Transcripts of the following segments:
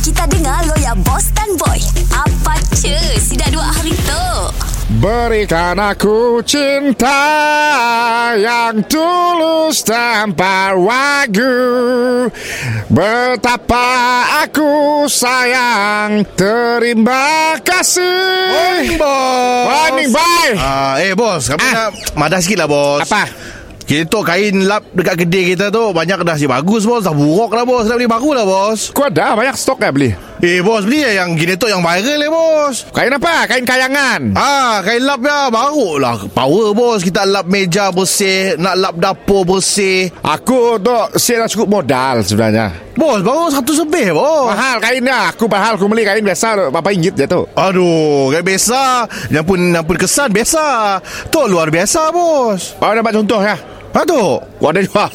Kita dengar lo ya Boss dan Boy Apa cu Si dah dua hari tu Berikan aku cinta yang tulus tanpa ragu Betapa aku sayang Terima kasih Bos. Morning bye Ah, eh bos, kami Ah. nak madah sikit lah bos. Apa? Kita kain lap dekat kedai kita tu banyak dah si bagus bos. Dah buruk lah bos. Nak beli baru lah bos. Kau ada banyak stok eh beli Eh bos, beli lah yang gini tu yang viral eh bos. Kain apa? Kain kayangan Ah, kain lap ya baru lah power bos. Kita lap meja bersih, nak lap dapur bersih. Aku tu Saya dah cukup modal sebenarnya Bos, baru satu sebeh bos. Oh. Mahal kainnya Aku mahal Aku beli kain biasa Berapa ringgit je tu Aduh, kain biasa. Yang pun yang pun kesan biasa. Tu luar biasa bos. Kau dapat contoh ya Aduh. Kau ada jual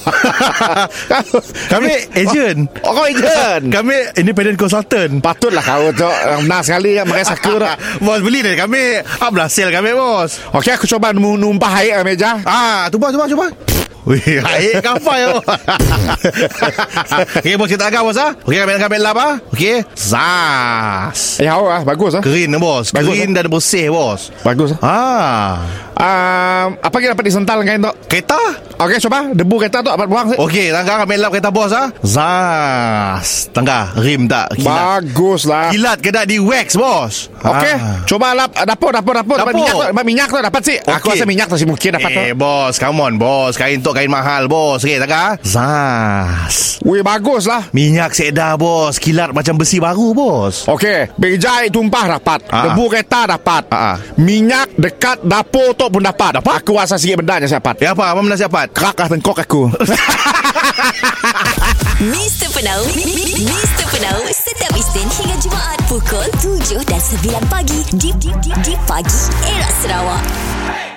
Kami agent. Oh kau agent Kami independent consultant. Patutlah kau tu Yang Benar sekali yang pakai saku tu bos beli dari kami. Ablah sale kami bos. Okey aku cuba nu- numpah air ke meja Ah, tu bos, tu bos, tu bos. Wih, air kapal ya. Okey, bos kita agak bos ah. Okey, kami kami lap ah. Okey. Zas. Ya awak ah, bagus ah. Green eh, bos. Bagus, Green dan bersih bos. Bagus ah. Ah. Um, apa kita dapat disental kain tu? Kereta? Okey cuba debu kereta tu dapat buang sih. Okey, tangga kami lap kereta bos ah. Zas. Tangga rim tak kilat. Bagus lah. Kilat ke tak di wax bos. Okey, Ah. cuba lap dapur dapur dapur dapat Dapur. minyak tu, dapat minyak tu dapat sih. Aku Okey. rasa minyak tu sih mungkin dapat tu. Eh bos Come on bos Kain tu kain mahal bos Okay tak ah? Zas Wih bagus lah. Minyak sedah bos Kilat macam besi baru bos Okey, bejai tumpah dapat, Ah. debu kereta dapat, Ah. minyak dekat dapur tu pun dapat. dapat? Aku rasa sikit benda je saya dapat. Ya apa Apa menasihat Kerak lah tengkok aku. Mr. Penau Mi- Mi- Mi- Mr. Penau Setiap Isnin hingga Jumaat Pukul 7 dan 9 pagi Di, di, di, di pagi Era Sarawak